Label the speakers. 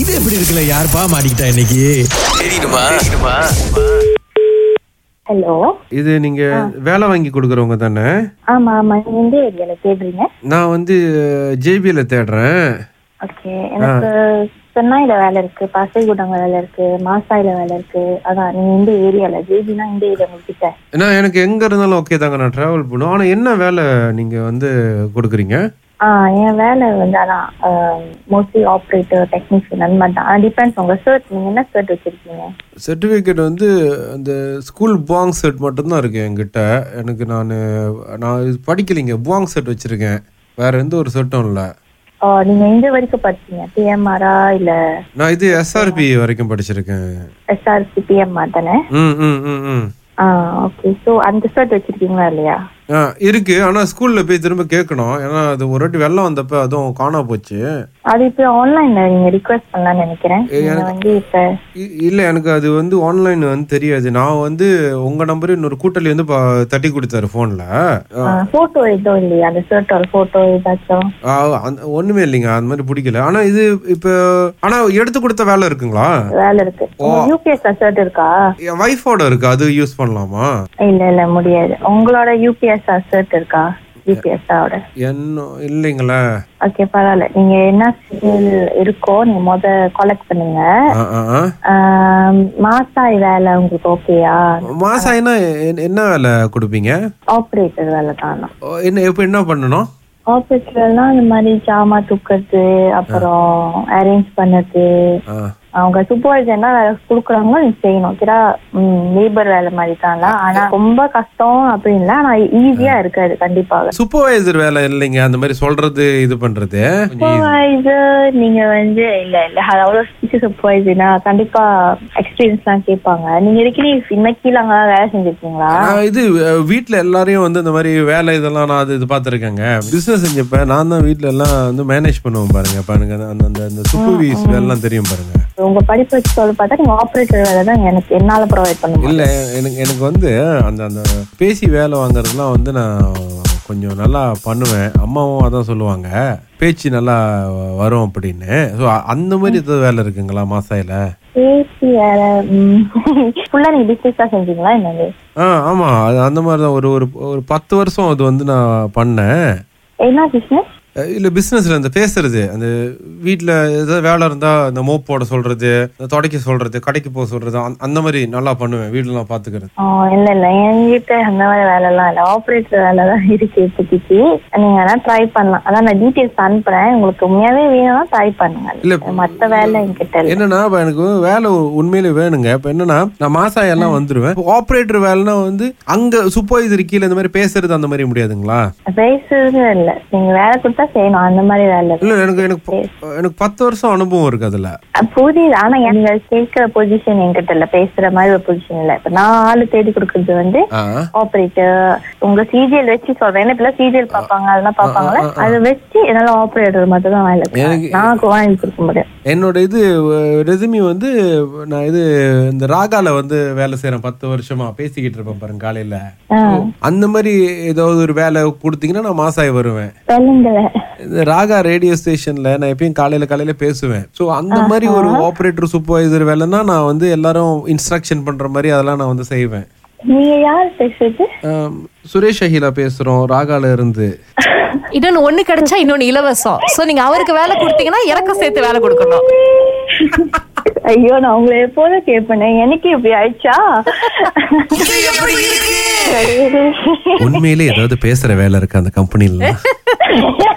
Speaker 1: இது எப்படி இருக்குல்ல யாருப்பா மாட்டிக்கிட்டா இன்னைக்கு
Speaker 2: ஹலோ
Speaker 3: இது நீங்க வேலை வாங்கி கொடுக்குறவங்க தானே
Speaker 2: ஆமா ஆமா நீங்க எந்த ஏரியால தேடுறீங்க
Speaker 3: நான் வந்து ஜேபிஎல தேடுறேன்
Speaker 2: ஓகே எனக்கு சென்னாயில வேலை இருக்கு பாசைகுடங்க வேலை இருக்கு மாசாயில வேலை இருக்கு அதான் நீங்க இந்த ஏரியால ஜேபினா இந்த ஏரியா உங்ககிட்ட
Speaker 3: நான் எனக்கு எங்க இருந்தாலும் ஓகே தாங்க நான் டிராவல் பண்ணுவேன் ஆனா என்ன வேலை நீங்க வந்து கொடுக்குறீங்க
Speaker 2: ஆ என் வேலை வந்து அதான் மோஸ்ட்லி ஆப்ரேட்டர் டெக்னீஷியன் அந்த மாதிரி தான் டிபெண்ட்ஸ் உங்க சர்ட் நீங்க என்ன சர்ட் வச்சிருக்கீங்க
Speaker 3: சர்டிஃபிகேட் வந்து அந்த ஸ்கூல் புவாங் செட் மட்டும்தான் இருக்கு என்கிட்ட எனக்கு நான் நான் இது படிக்கலைங்க புவாங் செட் வச்சிருக்கேன் வேற எந்த ஒரு செட்டும் இல்லை
Speaker 2: ஆ, நீங்க எந்த வரைக்கும் படிச்சீங்க பிஎம்ஆரா இல்ல
Speaker 3: நான் இது எஸ்ஆர்பி வரைக்கும் படிச்சிருக்கேன்
Speaker 2: எஸ்ஆர்சி பிஎம்ஆர் தானே
Speaker 3: ம் ம் ம் ம்
Speaker 2: ஆ ஓகே ஸோ அந்த சர்ட் வச்சிருக்கீங்களா இல்லையா
Speaker 3: ஆ இருக்கு ஆனா ஸ்கூல்ல போய் திரும்ப கேட்கணும் ஏன்னா அது ஒரு வாட்டி வெள்ளம் வந்தப்ப அதுவும் காணா போச்சு
Speaker 2: அது இப்போ ஆன்லைன்ல நீங்க ரிக்வெஸ்ட் பண்ணலாம்னு நினைக்கிறேன் நீங்க வந்து இப்ப
Speaker 3: இ- இல்ல எனக்கு அது வந்து ஆன்லைன் வந்து தெரியாது நான் வந்து உங்க நம்பர் இன்னொரு கூட்டாளி வந்து பா- தட்டி கொடுத்தாரு போன்ல
Speaker 2: போட்டோ எதுவும் இல்லையா அந்த ஷர்ட்டோட போட்டோ ஏதாச்சும்
Speaker 3: ஒண்ணுமே இல்லைங்க அந்த மாதிரி பிடிக்கல ஆனா இது இப்ப ஆனா எடுத்து கொடுத்த வேலை இருக்குங்களா
Speaker 2: வேலை இருக்கு யூபிஎஸ் ஷர்ட் இருக்கா
Speaker 3: என் ஒய்ஃபோட இருக்கு அது யூஸ் பண்ணலாமா
Speaker 2: இல்ல இல்ல முடியாது உங்களோட யூபிஎஸ் ஷர்ட் இருக்கா யூபிஎஸ் ஓட
Speaker 3: என்ன இல்லைங்களா
Speaker 2: ஓகே பரவாயில்ல நீங்க என்ன ஸ்கில் இருக்கோ நீங்க முத கலெக்ட் பண்ணுங்க
Speaker 3: ஆ, ஆ, ஆ.
Speaker 2: ஆம், மாசாய் வேலை உங்களுக்கு ஓகேயா
Speaker 3: மாசம் என்ன என்ன- என்ன வேலை கொடுப்பீங்க
Speaker 2: ஆப்ரேட்டர் வேலை தானா
Speaker 3: ஓ, என்ன இப்ப என்ன பண்ணணும்
Speaker 2: ஆப்ரேட்டர்லாம் இந்த மாதிரி ஜாமா தூக்கிறது அப்புறம் அரேஞ்ச் பண்ணுறது
Speaker 3: ஆ.
Speaker 2: அவங்க சூப்பர்வைசர் என்ன வேலை கொடுக்குறாங்களோ நீ செய்யணும் கிரா லேபர் வேலை மாதிரி தான்ல ஆனா ரொம்ப கஷ்டம் அப்படின்னு இல்ல ஆனா ஈஸியா இருக்காது கண்டிப்பாக
Speaker 3: சூப்பர்வைசர் வேலை இல்லைங்க அந்த மாதிரி சொல்றது இது பண்றது
Speaker 2: சூப்பர்வைசர் நீங்க வந்து இல்ல இல்ல அது அவ்வளவு சீக்கிரம் சூப்பர்வைசர்னா கண்டிப்பா எக்ஸ்பீரியன்ஸ் எல்லாம் கேட்பாங்க நீங்க இருக்கிற இன்னைக்கு எல்லாம் அங்க வேலை செஞ்சிருக்கீங்களா
Speaker 3: நான் இது அஹ், வீட்ல எல்லாரையும் வந்து இந்த மாதிரி வேலை இதெல்லாம் நான் அது இது பார்த்துருக்கேங்க பிசினஸ் செஞ்சப்ப நான் தான் வீட்ல எல்லாம் வந்து மேனேஜ் பண்ணுவேன் பாருங்க பாருங்க அந்த அந்த அந்த சூப்பர்வைஸ் வேலைலாம் தெரியும் பாருங்க
Speaker 2: உங்க படிப்பு வச்சு சொல்லி பார்த்தா நீங்க ஆப்ரேட்டர் வேலை தான் எனக்கு என்னால ப்ரொவைட் பண்ண முடியும்
Speaker 3: இல்ல எனக்கு எனக்கு வந்து அந்த அந்த பேசி வேலை வாங்குறதுலாம் வந்து நான் கொஞ்சம் நல்லா பண்ணுவேன் அம்மாவும் அதான் சொல்லுவாங்க பேச்சு நல்லா வரும் அப்படின்னு ஸோ அந்த மாதிரி ஏதாவது வேலை இருக்குங்களா மாசாயில
Speaker 2: பேசி வேலை ஃபுல்லா நீங்க பிசினஸ் தான் செஞ்சீங்களா என்னது
Speaker 3: ஆ ஆமாம் அது அந்த மாதிரி தான் ஒரு ஒரு ஒரு பத்து வருஷம் அது வந்து நான் பண்ணேன்
Speaker 2: என்ன பிசினஸ்
Speaker 3: அஹ் இல்ல பிசினஸ்ல அந்த பேசுறது அந்த வீட்ல ஏதாவது வேலை இருந்தா இந்த மோப் போட சொல்றது இந்த துடைக்க சொல்றது கடைக்கு போக சொல்றது அந்த- அந்த மாதிரி நல்லா பண்ணுவேன் வீட்டுல நான் பாத்துக்கிறது
Speaker 2: ஆ, இல்ல இல்ல என்கிட்ட அந்த மாதிரி வேலை எல்லாம் இல்ல ஆப்ரேட்டர் வேலை தான் இருக்கு இப்போதைக்கு நீங்க வேணா ட்ரை பண்ணலாம் அதான் நான் டீடைல்ஸ் அனுப்புறேன் உங்களுக்கு உண்மையாவே வேணும்னா ட்ரை
Speaker 3: இல்ல,
Speaker 2: பண்ணுங்க மத்த வேலை என்கிட்ட இல்ல
Speaker 3: என்னன்னா இப்ப எனக்கு வேலை உண்மையில வேணுங்க இப்ப என்னன்னா நான் மாசாயெல்லாம் வந்துருவேன் ஆப்ரேட்டர் வேலைன்னா வந்து அங்க சூப்பர்வைசர் கீழே இந்த மாதிரி பேசுறது அந்த மாதிரி முடியாதுங்களா
Speaker 2: பேசுறது இல்ல நீங்க வேலை கொடுத்தா செய்யணும் அந்த மாதிரி வேலை இருக்கு.
Speaker 3: இல்ல எனக்கு எனக்கு ப- எனக்கு பத்து வருஷம் அனுபவம் இருக்கு அதுல
Speaker 2: அஹ் புரியுது ஆனா நீங்க கேட்கிற பொசிஷன் என்கிட்ட இல்ல பேசுற மாதிரி ஒரு பொசிஷன் இல்ல இப்ப நான் ஆளு தேடி கொடுக்கறது வந்து
Speaker 3: ஆ.
Speaker 2: ஆப்ரேட்டர் உங்க சிஜிஎல் வச்சு சொல்றேன் ஏன்னா இப்பெல்லாம் சிஜிஎல் பாப்பாங்க அதெல்லாம் பாப்பாங்கல்ல அதை வச்சு என்னால ஆப்ரேட்டர் மட்டும் தான் வேலை கொடுக்க- நான் வாங்கி கொடுக்க முடியும்
Speaker 3: என்னோட இது ரெசுமி வந்து நான் இது இந்த ராகால வந்து வேலை செய்யறேன் பத்து வருஷமா பேசிக்கிட்டு இருப்பேன் பாருங்க காலையில அந்த மாதிரி ஏதாவது ஒரு வேலை கொடுத்தீங்கன்னா நான் மாசாய் வருவேன்
Speaker 2: சொல்லுங்களேன்
Speaker 3: இந்த ராகா ரேடியோ ஸ்டேஷன்ல நான் எப்பயும் காலையில காலையில பேசுவேன் ஸோ அந்த மாதிரி ஒரு ஆப்ரேட்டர் சூப்பர்வைசர் வேலைன்னா நான் வந்து எல்லாரும் இன்ஸ்ட்ரக்ஷன் பண்ற மாதிரி அதெல்லாம் நான் வந்து செய்வேன்
Speaker 2: நீங்க யார் பேசுறது
Speaker 3: ஆம், சுரேஷ் அகிலா பேசுறோம் ராகால இருந்து
Speaker 4: இன்னொன்னு ஒண்ணு கிடைச்சா இன்னொன்னு இலவசம் சோ நீங்க அவருக்கு வேலை கொடுத்தீங்கன்னா எனக்கும் சேர்த்து வேலை கொடுக்கணும்
Speaker 2: ஐயோ நான் உங்களை எப்போதும் கேட்பேனே எனக்கு இப்படி ஆயிடுச்சா
Speaker 3: உண்மையிலே ஏதாவது பேசுற வேலை இருக்கு அந்த கம்பெனில